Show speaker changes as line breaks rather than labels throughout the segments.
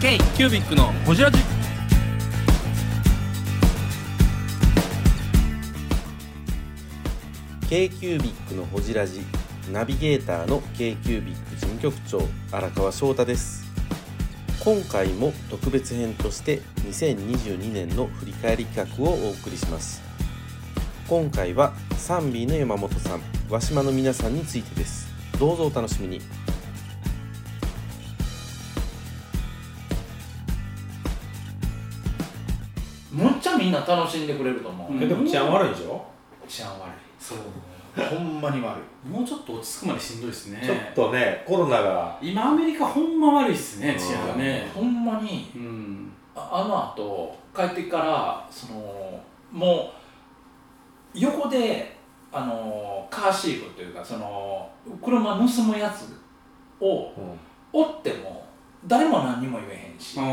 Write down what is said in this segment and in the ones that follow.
K キュービックのホジラジ
ー k q u b i c のほじラジナビゲーターの k q u b i c 事務局長荒川翔太です今回も特別編として2022年の振り返り企画をお送りします今回は賛美の山本さん和島の皆さんについてですどうぞお楽しみに
むっちゃみんな楽しんでくれると思う、
うん
えでも治安悪いでしょ、
治安悪
そう
いほんまに悪い
もうちょっと落ち着くまでしんどいですね
ちょっとねコロナが
今アメリカほんま悪いっすね治安がね
ほんまに
うん
ああのあと帰ってからそのもう横であのカーシールというかその車盗むやつを追っても誰も何にも言えへんし
あ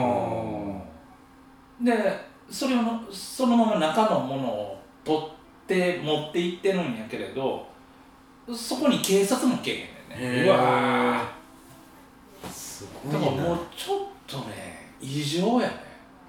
でそれをそのまま中のものを取って持って行ってるんやけれどそこに警察も来えへんねんね
へー
うわーすごい
だ
な
からもうちょっとね異常やね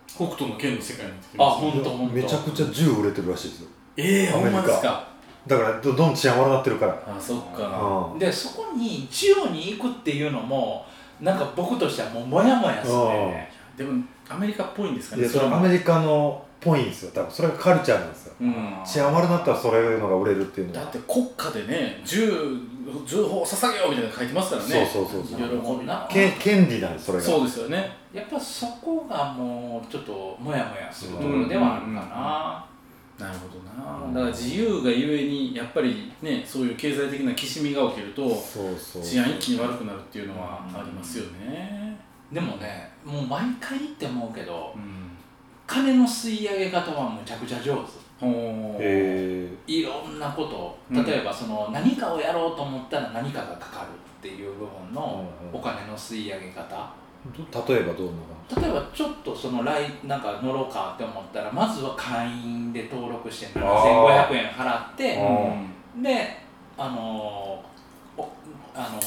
北斗の剣の世界になってき
あ
ました
ほんとほんと
めちゃくちゃ銃売れてるらしいですよ
ええ
アメリ
ほん
カ
まですか
だからどどんどん治安悪なってるから
あそっか
うん
でそこに一応に行くっていうのもなんか僕としてはもうモヤモヤするね
でもアメリカっぽいんですか
い
ね
やそれ
れも
アメリカのっぽいんですよ多分それがカルチャーなんですよ
うん
治安悪なったらそれいうのが売れるっていうの
だっ
は
て国家でね銃銃砲を捧げようみたいなの書いてますからね
そうそうそうそう
喜びな
け権利なんですそれが
そうですよね
やっぱそこがもうちょっとモヤモヤするところではあるかな、
なるほどな、
うん
だから自由がゆえにやっぱりねそういう経済的なきしみが起きると
そうそう
治安一気に悪くなるっていうのはありますよね
でもねもう毎回って思うけど
うん
金の吸い上げ方はむちゃくちゃ上手
ほう
へ
いろんなこと
うん
例えばその何かをやろうと思ったら何かがかかるっていう部分の
うんうん
お金の吸い上げ方
ー例えばどうなの
例えばちょっとその来なんか乗ろうかって思ったらまずは会員で登録して
あ
7500円払って
うん
であのーおあのー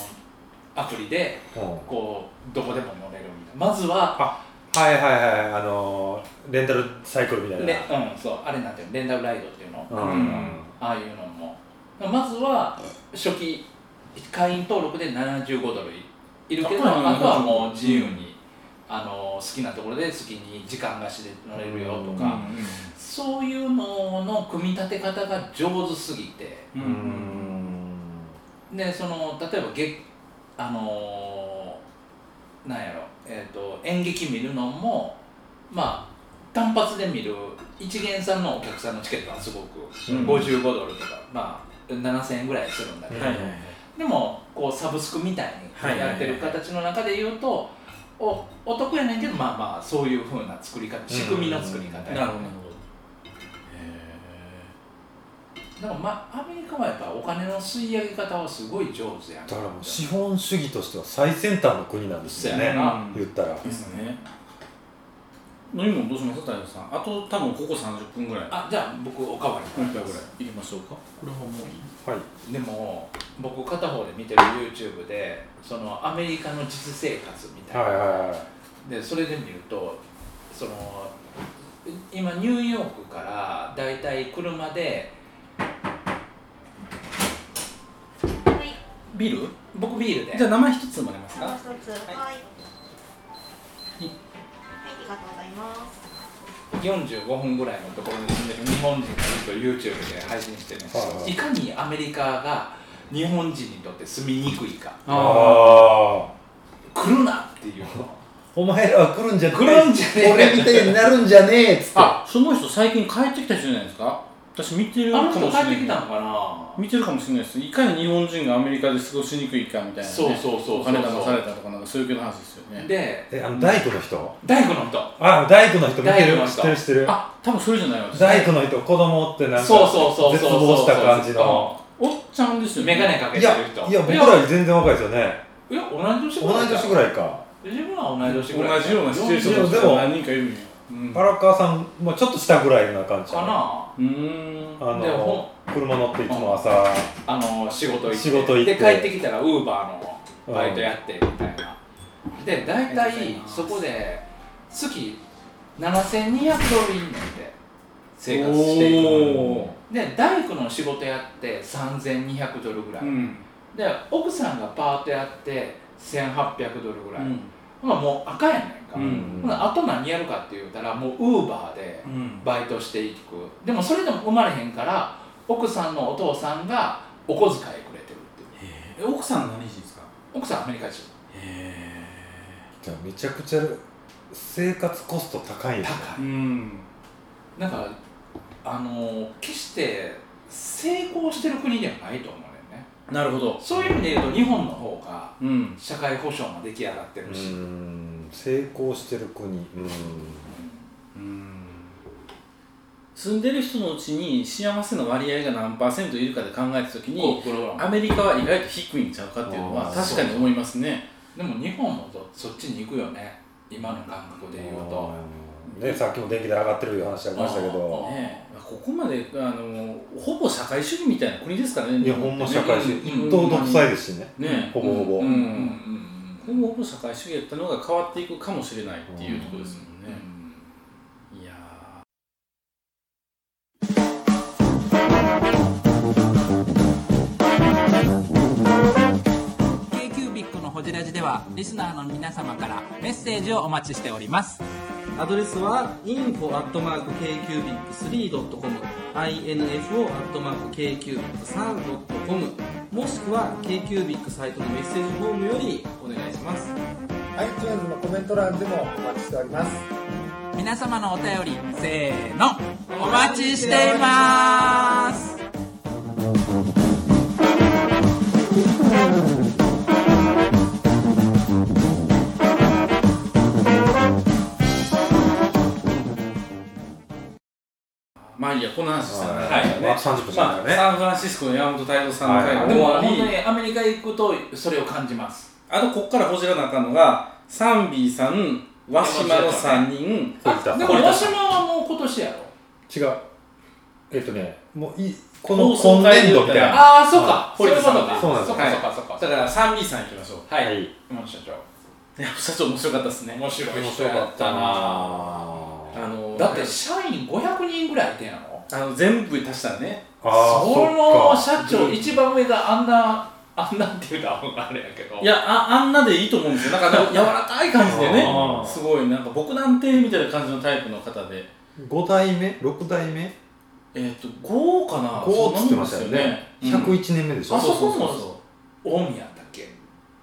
アプリで
うん
こうどこでも乗れるみたいなまずは
はいはいはいあのーレンタルサイクルみたいな
レうんそうあれなんていうのレンダルライドっていうの
うん
うん
ああいうのもまずは初期会員登録で75ドルいるけど
あそうな
あ
んだ
とはもう自由に、あの好きなところで好きに時間貸しで乗れるよと
う
か、
ん
そういうのの組み立て方が上手すぎて
う
うんん
でその例えばげあのーなんやろ、えー、と演劇見るのもまあ単発で見る一元さんのお客さんのチケットはすごく
うん
55ドルとか、まあ、7000円ぐらいするんだけど、
はいはいはい
でもこうサブスクみたい
はい
に
はいはい
やってる形の中で言うと、おお得やねんけどまあまあそういうふうな作り方仕組みの作り方
なる
や
ほどなるほどへ
だから、まあ、アメリカはやっぱお金の吸い上げ方はすごい上手やん
だからもう資本主義としては最先端の国なんですよ
そうや
え
ね
な
うん
言ったら
ですね飲み物どうします太陽さんあと多分ここ30分ぐらい
あじゃあ僕おかわり
もう一回ぐらい行きましょうかこれはもういい
はい
でも僕片方で見てる YouTube でそのアメリカの実生活みたいな、
はいはいはい
でそれで見るとその今ニューヨークからだいたい車で
ビール
僕ビールで
じゃあ生一つもらえます
もう
か
一つ、はい。はい、ありがとうございます。
45分ぐらいのところに住んでる日本人がずっと YouTube で配信してるんですよ、
はい
い、かにアメリカが日本人にとって住みにくいか
あ
あ
来るなっていうの
あお前らは来るんじゃねえ
来るんじゃねえ
俺みたいになるんじゃねえっつって
あその人最近帰ってきた人じゃないですか私見てるか
あの
もしれ
人
ない
帰ってきたのか
見てるかもしれないですいかに日本人がアメリカで過ごしにくいかみたいな、ね、
そうそうそうそう
お金騙されたとかなんかそういう系の話ですよ
な
ね
で
えあの大工の人
大工の人
あ大工の人見て
大工の
る知
人
ってる知ってる
あ多分それじゃないわ
大工の人子供ってなんか
そうそうそうそう
絶望した感じの
おっちゃんですよね
メガネかけ
い
てる
や
人
いや僕らより全然若いですよね
いや同じ年
同
ぐらい
い年ぐ
い
らいか
自分は同い年ぐらい
同じようなシチュエーションの人が何人かいるんやうん
荒川さんもちょっと下ぐらいな感じ
かな
うーん
あ
でほ
の車乗っていつも朝
あの仕事行って
仕事行って
で帰ってきたらウーバーのバイトやってみたいな、で大
ありがとうござい
体
ます
そこで月7200ドルいんねんて生活していく
おー
で大工の仕事やって3200ドルぐら
う
い、
ん
で奥さんがパートやって1800ドルぐらい、
うん
ほなもう赤やねんか、
うん
ほなあと何やるかって言うたらもうウーバーで
うん
バイトしていくでもそれでも生まれへんから奥さんのお父さんがお小遣いくれてるっていう
え奥さん何人ですか
奥さんアメリカ人
へ
じゃあめちゃくちゃ生活コスト高いんですね
高い
うん
なんかあの決して成功してる国ではないと思うねんね
なるほど
そういう意味で言うと日本の方が
うん
社会保障も出来上がって
う
るし、
ーん成功してる国うーん
うん住んでる人のうちに幸せの割合が何パーセントいるかで考えた時に
こうプログラム
アメリカは意外と低いんちゃうかっていうのは
あー
確かに思いますね
でも日本もそそっちに行くよね今の感覚で言うと
ねさっきも電気代上がってるいう話ありましたけ
あ
ど
ねえここまであのほぼ社会主義みたいな国ですからね
いやほ
本
んま社会主義
うん
一党独裁ですしね
ね
ほぼほぼ
う、
うんん
うん
ほぼほぼ社会主義やったのが変わっていくかもしれないっていうところですもん
うんう
ね、
ん
いや
k q b i c のホジラジではリスナーの皆様からメッセージをお待ちしております
アドレスは info.kcubic3.com info.kcubic3.com もしくは KQBIC サイトのメッセージフォームよりお願いします
iTunes のコメント欄でもお待ちしております
皆様のお便りせーのお待ちしています
ーまあいいやこの話したらね、
はい
まあ30分し
ま
か
あ、
ないね
サンフランシスコの山本太郎さんの会
はい
で
でも
もあり、
本当にアメリカ行くとそれを感じます
あとこっからこじらなあかんのがサンビーさん和島の3人
そういった
でも大島はもう今年やろ
違うえっとねもういこ
放
の
送
今年度み
会で言
たい
った
な
ああそうかそういうことか
そうなんです
そ
よ
っかそっかそっか
だからサンビーさん行きましょう
はい、
はい
山本社長
いや社長面白かったですね
面白い
面
人
白
や
か
っ
ったた
な
な
あの
だって社員500人ぐらいいてんやろ
あの全部足したらね
あー
その
そっか
社長一番上があんなあんなって言うたらほんまあれやけど
いやああんなでいいと思うんですよなんかあの柔らかい感じでね
あー
すごいなんか僕なんてみたいな感じのタイプの方で
5代目6代目
えっ、と5かな
5っつってましたよね
そんなもんですよね
101年目でし
うん
ょ
あ
そう
そ
そ
こ
う
も
そう
近江やったっけ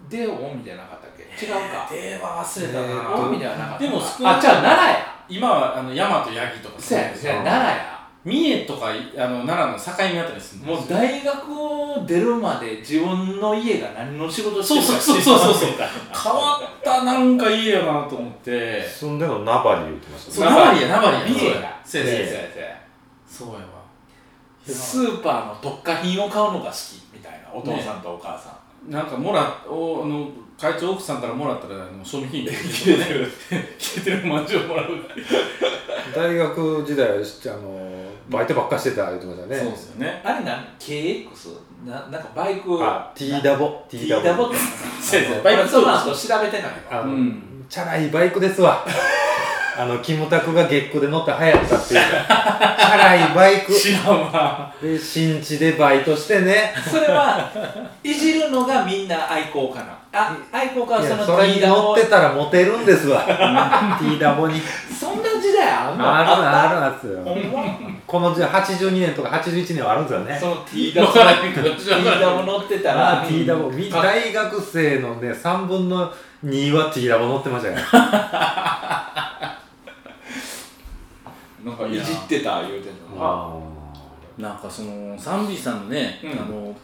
で近江じゃなかったっけ違うか
では忘れた
え
な、
ーと
近江ではなかった
でも少な
あ
く
じゃあ奈良や
今はあの大和八木とか
そうやそうや
うん
奈良や
三重とかあの奈良の境目あたりです
もう大学を出るまで自分の家が何の仕事し
そう
てる
そう
か
そう
知
そうそう
らんかった
変わったなんかいいよなと思って
住んでのナバリ言ってました
そう
ね
ナバリやナバリや
三重
そ
や
うや
三重
そうやそうやわ
スーパーの特価品を買うのが好きみたいなお父さんとお母さん、
なんかもらおあの会長奥さんからもらったらあの賞味期限切れてる切れてるまんじゅうもらう
大学時代はしあのバイトばっかしてた言ってましたね
そうですよね
あれなん KX? ななんかバイク
あ T ダボ
T ダボって
そうやそうや
バ
バ
イ
イ
ク
ク
そ
そうう
な
なん
と調べてないわ
あの、
うん
チャラいバイクですわあのキムタクが月光で乗って流行ったっていうチャラいバイク
知らんわ
で新地でバイトしてね
それはいじるのがみんな愛好家なあ愛好家
いや
はそ
そ
の
れ
T
に
ダ
乗
ボ
ってたらモテるんですわ T ダボに
そんな時代あ
あ
ん
る
の
あ
あ
るあるんですよこの時代82年とか81年はあるんですよね
その T ダボ T ダボ乗ってたら
あ T ダボみ
か
大学生のね3分の2は T ダボ乗ってましたよ
なんかい
い
い
じ
な
ってた言うてんの
あ
なんかそのサンビーさんのね、
うん
あの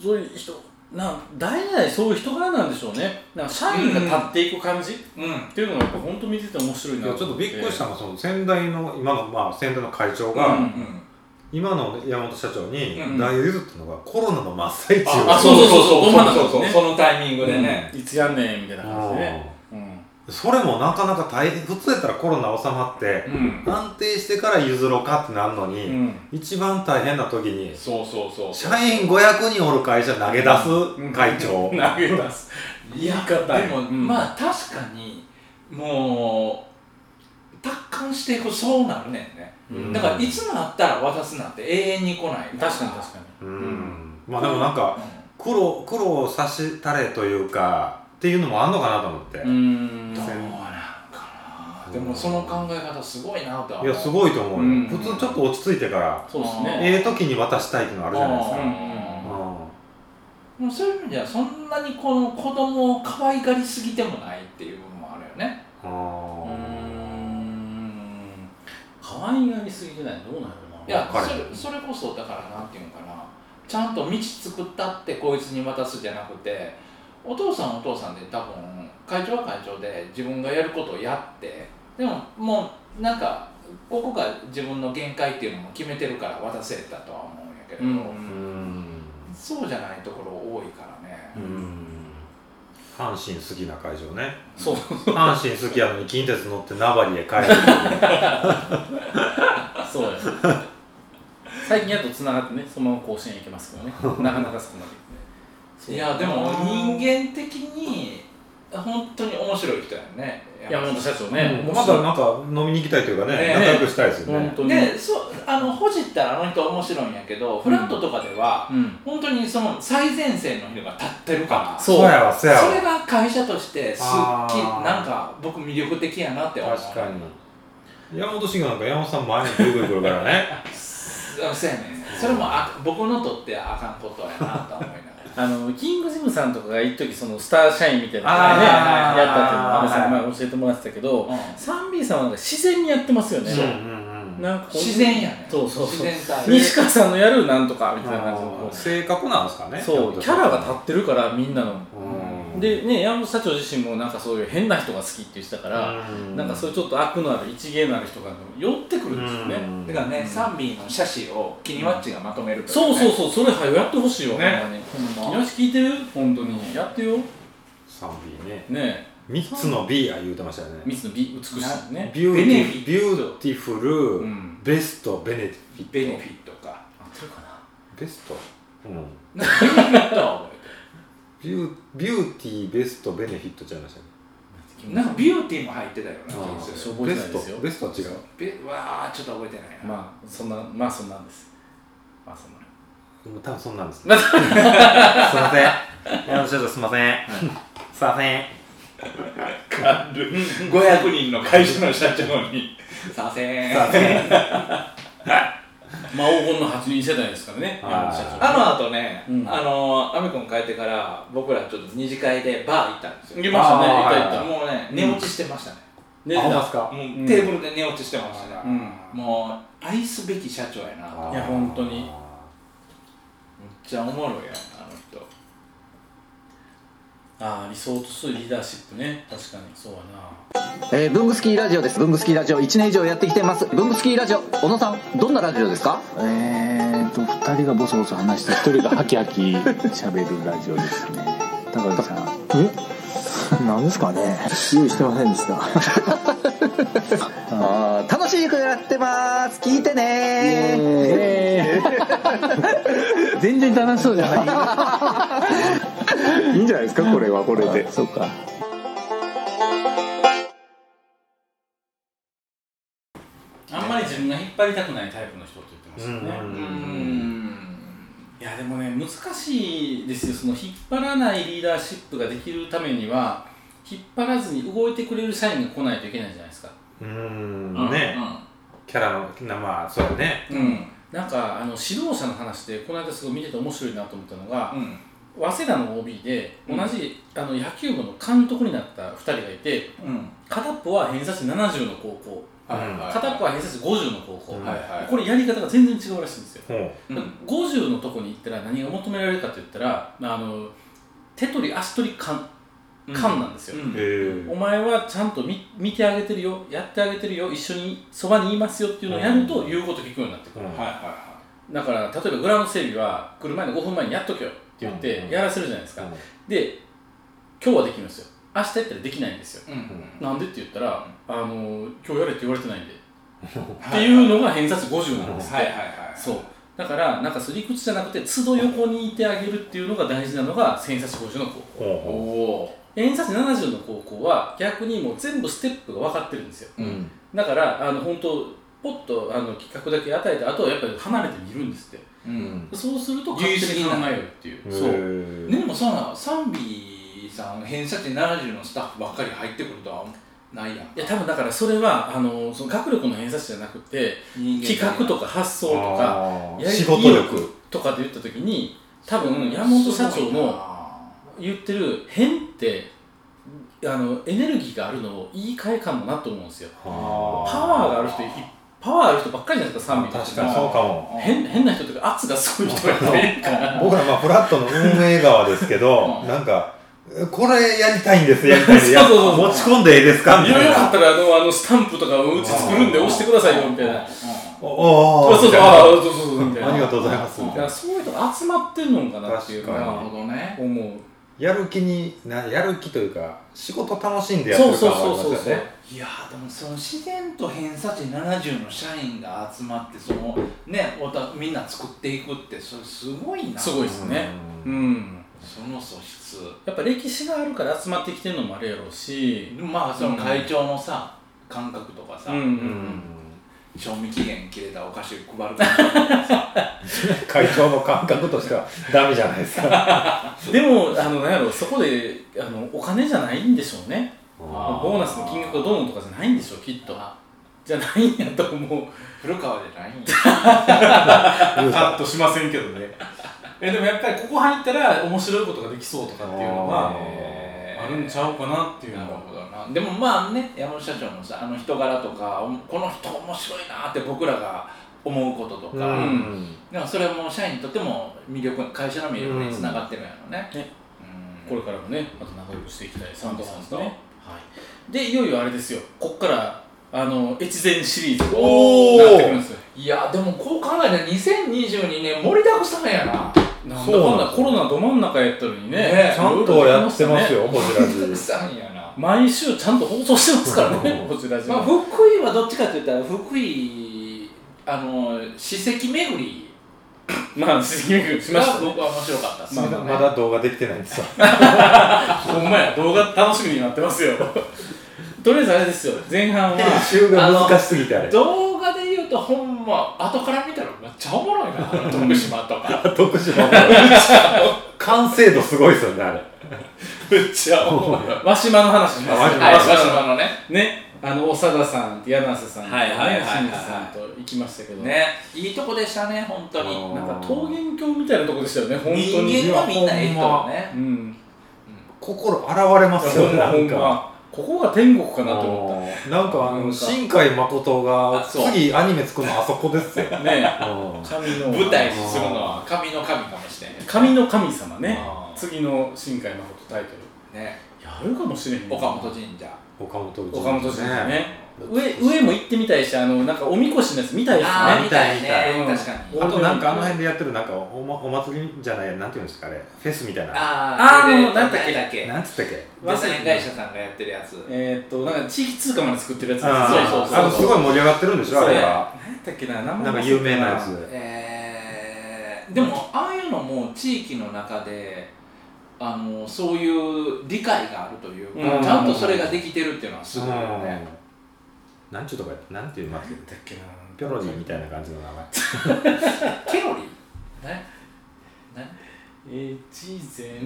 そういう人なん代々そういう人柄なんでしょうねなんか社員が立っていく感じ、
うん
っていうのがやっぱ本当見てて面白い
い
な
やちょっとびっくりしたのがその先代の今のまあ先代の会長
う
が、
ん
うん
今の山本社長に
うん
代を譲ったのがコロナの真っ最中
あそうそうそうそう
そうそうそう
ね
そのタイミングでね
いつやんねんみたいな感じでね、うん
それもなかなか大変普通やったらコロナ収まって
うん
安定してから譲ろうかってなるのに、
うん
一番大変な時に
そうそうそう
社員500人おる会社投げ出す会長、
投げ出す
いやでも、
うん
まあ確かにもう達観していくそうなるねんね、
うん
だからいつなったら渡すなんて永遠に来ない
確かに確かに
うんまあでもなんか苦労苦労さしたれというかっていうのもあんのかなと思って、
うーん
どうなんかなでもその考え方すごいなとはい
やす
い
ごいと思うよ、
うん
普通ちょっと落ち着いてから
そうです
あー
ね
ええ時に渡したいっていうのあるじゃないですか、
うん
うん
もうそういう意味ではそんなにこの子供を可愛がりすぎてもないっていう部分もあるよね
う
あ
ー
ー
ん可愛がりすぎてないどうなるの
いや
わか
それ
る
それこそだからなんていうのかなちゃんと道作ったってこいつに渡すじゃなくてお父さんはお父さんで多分会長は会長で自分がやることをやってでももうなんかここが自分の限界っていうのも決めてるから渡せたとは思うんやけれど、
うん
そうじゃないところ多いからね、
阪神好きな会場ね
そう
阪神好きやのに近鉄乗って名張へ帰る
そうやね最近やっとつながってねそのまま甲子園行けますけどねなかなか少ないですね
いやでも
あー
人間的に本当に面白い人やね
山本社長ね、
まだなんか飲みに行きたいというかね
ね
仲良くしたいですよ
本
ね
当に、
でそうあのほじったらあの人面白いんやけど、フラットとかでは
うん、
本当にその最前線の人が立ってるから
そ
そうやわそうや
それ
わ
が会社としてすっきり
あー
なんか僕魅力的やなって思う
確かに山本慎吾なんか山本さん前にぐるぐるくるからね
あそうやねそれもあ僕のとってあかんことやなと思 いながら
あのキングジムさんとかが一時そのスター社員みたいな
あー
ね
はいはい
やったっていうのを安倍さん
はい
が前教えてもらってたけど、
うん
サンビーさんはなんか自然にやってますよね、
うんうんうん
なんかこう
自然やね
そうそうそう
自然体
西川さんのやるなんとかみたいな感じ
あ
の
ー性格なんですかね
そうキャラが立ってるからみんなの
うん
でね山本社長自身もなんかそういう変な人が好きって言ってたから、
う
なんかそういうちょっと悪のある一芸のある人が寄ってくるんですよね、
うん
だからね、サンビーの写真をキニワッチがまとめるとか
そ
ね、
うそうそうそれはよやってほしいよ
ね
ほんまに
ほんま
よし聞いてる本当にやってよね
3B ね
え
3つの B や言うてましたよね
三つの美美しいね
ビューテ
ベネ
ィ
フィ
ビューティフル、
うん
ベストベネフィット
ベネフィットか
合ってるかな
ベスト、うん、
ベネフィットは覚えてる
ビュービューティーベストベネフィットちゃいましたね
なんかビューティーも入ってたような気がす
ー
る。
覚
ベ
えてな
ス
いですよ
トベストは違う
べわあちょっと覚えてないな。
まあそんなまあそんなんですまあそんなん
もう多分そんな んですねすいません山本社長すいません すいません
500人の会社の社長に「させん」
まあ黄金の8人世代ですからね
はい
山本社長
あのあとね、
うん
あのアメコン帰ってから僕らちょっと二次会でバー行ったんですよ
行きましたね
あー
行った行っ
は
た
い
もうね
うん
寝落ちしてましたね、
ね
あほんまっすか
うん
テーブルで寝落ちしてました
う
ね、
ん
もう愛すべき社長やなとめっ
いや本当に
ちゃおもろいやんあの人
ああ理想とするリーダーシップね確かにそうやな
えー、ブングスキーラジオです。ブングスキーラジオ1年以上やってきてます。ブングスキーラジオ、小野さん、どんなラジオですかえーと、2人がボソボソ話して、1人がハキハキ喋るラジオですね。高橋さん。え なんですかね用意してませんでした。あー楽しくやってます聞いてね全然楽しそうじゃないいいんじゃないですかこれはこれでそうか
あんまり自分が引っ張りたくないタイプの人って言ってましたね、
うん
いやでもね難しいですよその引っ張らないリーダーシップができるためには引っ張らずに動いてくれる社員が来ないといけないじゃないですか
うーんね、キャラのなまあそうやね
うんなんかあの指導者の話でこの間すごい見てて面白いなと思ったのが
う、ん
早稲田の OB で
う
同
ん
じ、あの野球部の監督になった2人がいて
うん
片っぽは偏差値70の高校
はいはい
片っぽは偏差値50の高校、
うん
はいはい
これやり方が全然違うらしいんですよ
ほ
う
う
ん
50のとこに行ったら何が求められるかと言ったらあの手取り足取り勘勘なんですよ、
うん
へえ
お前はちゃんと見見てあげてるよやってあげてるよ一緒にそばにいますよっていうのをやると
うん
言うこと聞くようになってくる、
うん
はいはいは
だから例えばグラウンド整備は来る前の5分前にやっとけよって言っ
うん
てやらせるじゃないですか、
うん
で今日はできるんですよ明日やったらできないんですよ、
うんうん
なんでって言ったら、あの今日やれって言われて ないんでっていうのが偏差値50なんですって、
はいはいはい
そうだからなんかすり口じゃなくて都度横にいてあげるっていうのが大事なのが偏差値50の高校
おお
偏差値70の高校は逆にもう全部ステップが分かってるんですよ、
うん
だからあの本当ポッとあの企画だけ与えてあとはやっぱり離れて見るんですって
うん
そうすると勝手に考えるっていうそう
でもそうなのサンビさん偏差値70のスタッフばっかり入ってくるとはないやん
いや多分だからそれはあのその学力の偏差値じゃなくて企画とか発想とかやり
仕事力
とかで言った時に多分山本社長の言ってる変ってあのエネルギーがあるのを言い換えかもなと思うんですよ
パ
パワーがある人いパワーある人ばっかりじゃないですか賛美
確かにそうかも
変変な人というか圧がすごい人 がいるから
僕らまあフラットの運営側ですけどなんかこれやりたいんですやりたいんです
そうそうそう
持ち込んでいいですか
い
み
ろ
た
い
い
ろあっ
な
たらあのあのスタンプとかをうち作るんで押してくださいよみたいな
おおお
そうそうそ
おみ
う
たいな
あーそうそうそうみたいな
ありがとうございますみ
だ
たい
か
な
らそういう人が集まってんのかなっていうの
な
確
る
は
ほどね
思う
やる気になやる気というか仕事楽しんでやって
そう
る
そ
感
う
はあり
そうそう
ますよ
そう
ね
いやーでもその自然と偏差値70の社員が集まってそのねおたみんな作っていくってそれすごいな
すごいですねうん、
その素質
やっぱ歴史があるから集まってきてるのもあるやろうし
まあその会長のさ、感覚とかさ、
うんうんうん
賞味期限切れたお菓子を配る感覚と かさ
会長の感覚としてはダメじゃないですか
でもあのなんやろそこであのお金じゃないんでしょうね
あー
ボーナスの金額がどうのとかじゃないんでしょうきっとじゃないんやと思う
古川じゃないんや
カ
ットしませんけどねえでもやっぱりここ入ったら面白いことができそうとかっていうのはあるんちゃうかなっていう
なる
の
ほ
は
どなでもまあね山本社長のさあの人柄とかおもこの人面白いなって僕らが思うこととか、
うん
なんかそれはもう社員にとっても魅力会社の魅力につながってるんやろね、
ね
うん
これからもねまた仲良くしていきたいサンドさんですね、
うん
はい、でいよいよあれですよこっからあの越前シリーズ
お
に
ー
なってくるんですよ
いやでもこう考えたら2022年盛りだくさんやな
なんだ
そう
か
なんん
だ
です
コロナど真ん中やったのにね
ね
ちゃんとやってますよ、こちら
盛りだく
じ。
さんやな
毎週ちゃんと放送してますからねこちらじ
まあ、
は
福井はどっちかといったら福井あの史跡巡り
まあ鈴木みくしまし
が
たね
僕は面白かったっす
ま
ね、
だまだ動画できてないんですよ。
ほんまや動画楽しみになってますよとりあえずあれですよ前半は
編集が難しすぎてあれ。
動画で言うとほんま後から見たらめっちゃおもろいなあの 徳島とか
徳 島も。完成度すごいですよね、あれ。
めっちゃおもろい
和島の話します
あ和島
はい
和島
島
の
島のね
ねあの長田さん柳瀬さんとか
はいはいはい
ね
はい
清水さんと行きましたけど
ねいいとこでしたね本当に
あー
なんか桃源郷みたいなとこでしたよね本当に
人間がみんなええ人だね
うん
心現れますよ、
ほんま
な
ほん
んか。
まここが天国かなと思っ
なんかあ
なんか
の新海誠が
あそう
次アニメ作るのあそこですよ。
たね
うん
神の
舞台にするのは神の神かもしれん
神の神様ね
あー
次の新海誠タイトル
ね
やるかもしれへんね
岡本神社
岡本氏
岡本さんね上上も行ってみたいしあのなんかおみこしのやつ見たいです
ああ
ね
みたい
見たい
ね
見たい
確かに
あとなんかあの辺でやってるなんかお,、ま、お祭りじゃないなんていうんですかあれフェスみたいな
あー
あー
それで
もうなんだっけ
なんだっけ
なんつったっけ
デザイン会社さんがやってるやつ
えーっとなんか地域通貨まで作ってるやつです
あー
そう
あ
そ
の
う
す
そう
ごい盛り上がってるんでしょあれが
何やったっけな名前
なんか
忘れ
有
た
名なやつ
えーでもああいうのも地域の中であのそういう理解があるというか、
うん
ちゃんとそれができてるっていうのはすごいよね、
うんなんちゅうとかなんていう祭り
だっけな
ピョロリみたいな感じの名前
ケロリーねね
えー、越前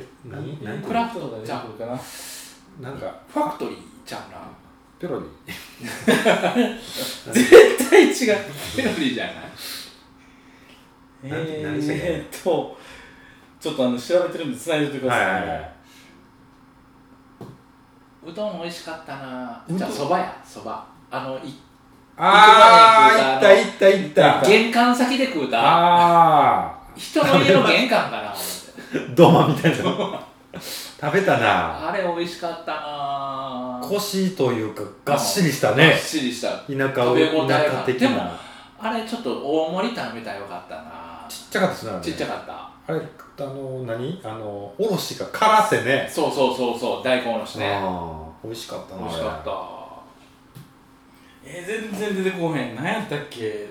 でななんていう
クラフトじゃ
これかな
なんか
ファクトリーちゃうな
ピョロリ
絶対違う
ケロリーじゃない
なんて何でしたっけ
えーっとちょっとあの調べてるんで繋いでてくだ
はい
さい、
はいはいう
どん美味しかったなじゃあそばやそばあのい
あーいったいったいった
玄関先で食うた
あ
人の家の玄関か な
ードマみたいな食べたな
あれ美味しかったな
腰というかがっしりした
がっ
ね
しりした
田舎
食
を
べ応えが
田舎的
でも
な
あれちょっと大盛り食べたらよかったな
ちっちゃかったですねあれ
ちっちゃかった
あれあの何あのおろしがからせね
そうそうそうそう大根おろしね
あー美味しかったな
美味しかったえー全然出てこへん何やったっけ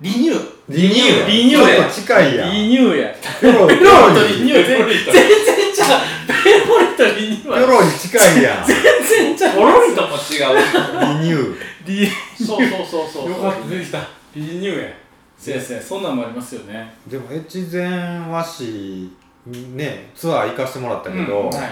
リニュー
たリニュー
リニューや
ちょっと近いやん
リニューや
ペロ
ペロリとリニュー
ペロリ
全然全然ちゃうペロリとリニュー
ペ
は
ロに近いやん
全然ちゃう
ポロリとも違う
リニュー
リよ
そうそうそうそう
かった出てきたリニューやそうやそうやそんなんもありますよね
でも越前和紙ねツアー行かしてもらったけど、
うんはい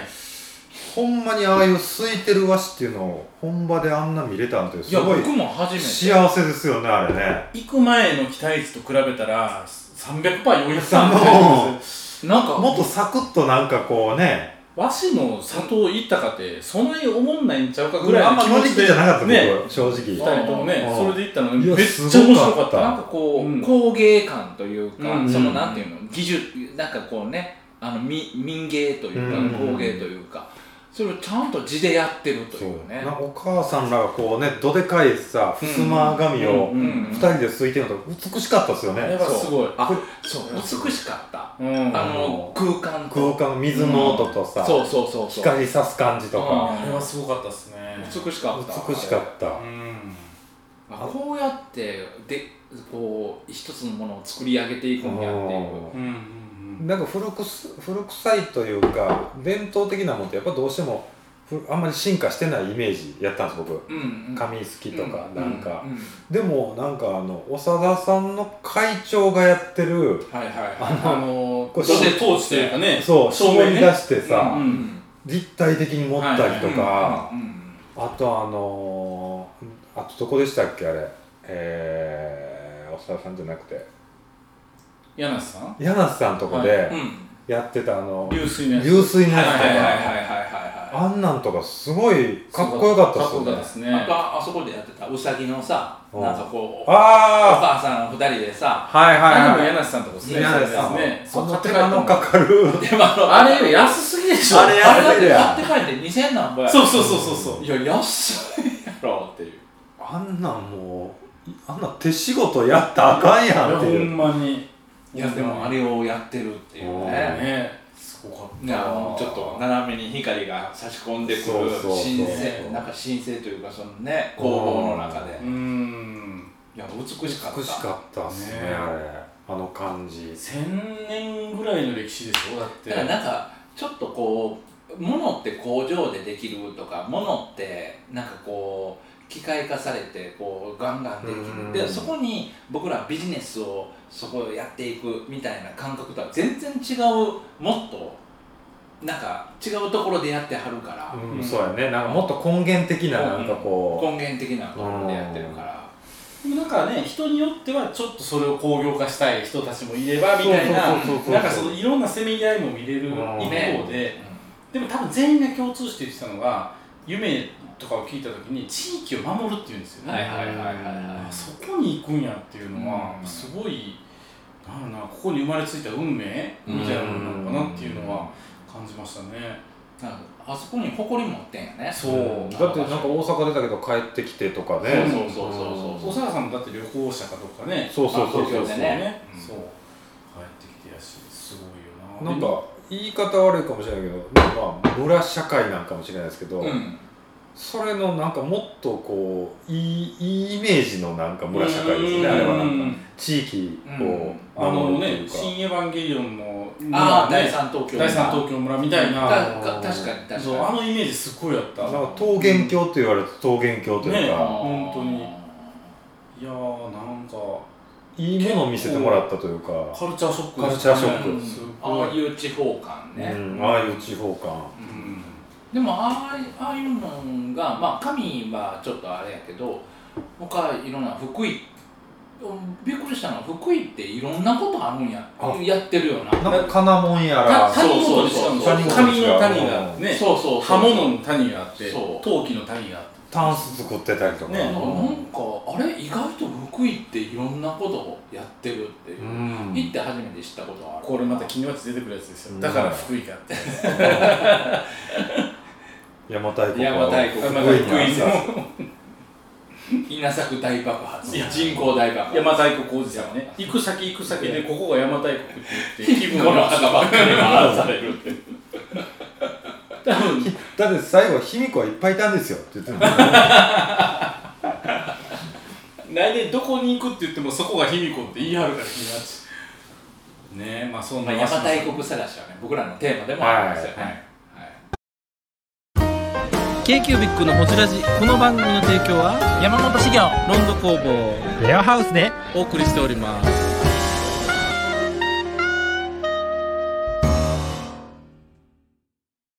ほんまにああいう空いてる和紙っていうのを本場であんな見れたんて
い
す
や
ごい
僕も初めて
幸せですよねあれね
行く前の期待値と比べたら300パー400パーなんか
もっとサクッとなんかこうね
和紙の砂糖行ったかってそんなに思んないんちゃうかぐ
ぐらい
ら
あ
い
ん
の
ま
気
乗
持
り
ち
気
で
じゃなかった
ね
僕正直
二人ともね
うん
それで行ったのに
い
め
や
っちゃ面白かっ
すご
た
か
な
っ
ん
た
かこう、
うん
こ
工芸感というか、
うん
そのなんていうの技術なんかこうねあのみ民芸というか、
うん
工芸というかそれをちゃんと地でやってるというね
なんかお母さんらがこうねどでかいさふすま紙を
うん
二人で空いてるのと美しかったですよ
あれ
ね
はすごい
あそう美しかった、
うん
あの空間
空
と
間水の音とさ
そうそうそうそう
光さす感じとか
あれはすごかったですね
美しかった
美しかった
うん
あこうやってでこう一つのものを作り上げていくんやっていう
うんうん
なんか古くす古臭いというか伝統的なものってやっぱどうしてもふあんまり進化してないイメージやったんです僕
うんうん
紙好きとか
う
なんか、
うんうん
でもなんかあの長田さんの会長がやってる
はいはいはい
あのこ
そして当時というかね
そう
照
絞
明
り
ね
出してさ、
うんうん
立体的に持ったりとか、
うんうん
あとあのー、あとどこでしたっけあれえー、長田さんじゃなくて
柳瀬さん
柳瀬さんとこで
うん
やってたあの、
流水のやつ
流水のやつとか、
はいはいはいはいはいはい
あんなんとかすごいかっこよかった
か
っ
っ
す
こ
よ
よかった
ね
です
あ
ね
とああそこでやってたうさぎのさ
うん
なんかこうお
あ
母さん二人でさ
あはい
あれも
はいはい
柳瀬さんとこですね
柳瀬さん
そうですね
そ
そう
の
買って
手
帰った
間
の
のかかる
でもあの
あれ安すぎでしょ
あれ
あれだっ
安い
て
で
買
や
って帰って2000何ぼや
そうそうそうそうそう
いや安いやろっていう
あんなんもうあんな手仕事やったらあかん
い
や
や
んって
ほ
いうん
まに
いやでもあれをやってるっていうね
ねすごかっ
いやもうちょっと斜めに光が差し込んでくる
そうそうそう
神聖なんか神聖というかそのね工房の中で
たうーん
いや美しかった
美しかったっすね
ね
あれあの感じ
1000年ぐらいの歴史でしょだって
だからなんかちょっとこう物って工場でできるとか物ってなんかこう機械化されてこうガンガンで
うん
きるでそこに僕らビジネスをそこをやっていくみたいな感覚とは全然違うもっとなんか違うところでやってはるから、
うんそうやねなんかもっと根源的ななんかこ
根源的なところでやってるから。
でもなんかね人によってはちょっとそれを工業化したい人たちもいればみたいな
そうそうそうそうそう
なんかそのいろんなせめぎ合いも見れる一
うん
方
ね
ででも多分全員が共通して言ってたのが夢とかを聞いた時に地域を守るっていうんですよね、
はいはいはいはい
あ
は
そこに行くんやっていうのは
うん
すごいなんやろなここに生まれついた運命みたいなものなのかなっていうのは感じましたね
い。なんかあそこに誇り持ってんやね。
そう
うんだってなんか大阪出たけど帰ってきてとかね
そうそうそうそ
小
うそ
沢さんもだって旅行者かどっかね
そうそうそうそう
あ東京でね
うん
そう帰ってきてやしすごいよな
なんか言い方悪いかもしれないけど、まあ、村社会なんかもしれないですけど、
うん。
それのなんかもっとこういいいいイメージのなんか村社会ですねあれはなんか
か
地域を
あの
守ると
ね「
いうか、
新エヴァンゲリオン」の
あ
ね
あ、第三東京。
第三東京村みたい
だ
な
か確かに確かに。
そうあのイメージすごいあった
なんか桃源郷って言われると桃源郷という
あー
か、
本当にいやーなんか
いいものを見せてもらったというか、
カルチャーショック
カルチャーショック
うんすご
ああ
い
いう地方感ね、
うん、ああいう地方感
うん
でもああいああいうのがまあ神はちょっとあれやけど他いろんな福井うんびっくりしたのは福井っていろんなことあるんや
あ
やってるよな
なんか金物や
た
ら
谷ごとにしたんですよ
そうそうそう
紙の谷がね
そうそうそう
刃物の谷があって
そう
陶器の谷があって
タンス作ってたりとか、
ね
なんかあれ意外と福井っていろんなことをやってるっていうう、
ん、
行って初めて知ったことがある
これまた金町出てくるやつです
う
よ
ん
だから福井があって
邪馬台国
邪馬台国
福井にあった
福井のい
稲作大爆発
いや
人口大爆発
邪馬台国王子様ね行く先行く先でここが邪馬台国って言って 気
気
分
分
が
の
悪く
墓ばっかり回されるって
多分
だって最後卑弥呼はいっぱいいたんですよって言ってるの
来年どこに行くって言ってもそこが卑弥呼って言い張るから君たちねえまあそん
ま
な
あ、邪馬台国探しはね僕らのテーマでもありますよね、
はい
はい
k q b i c のホジラジこの番組の提供は山本資源ロンド工房レアハウスでお送りしております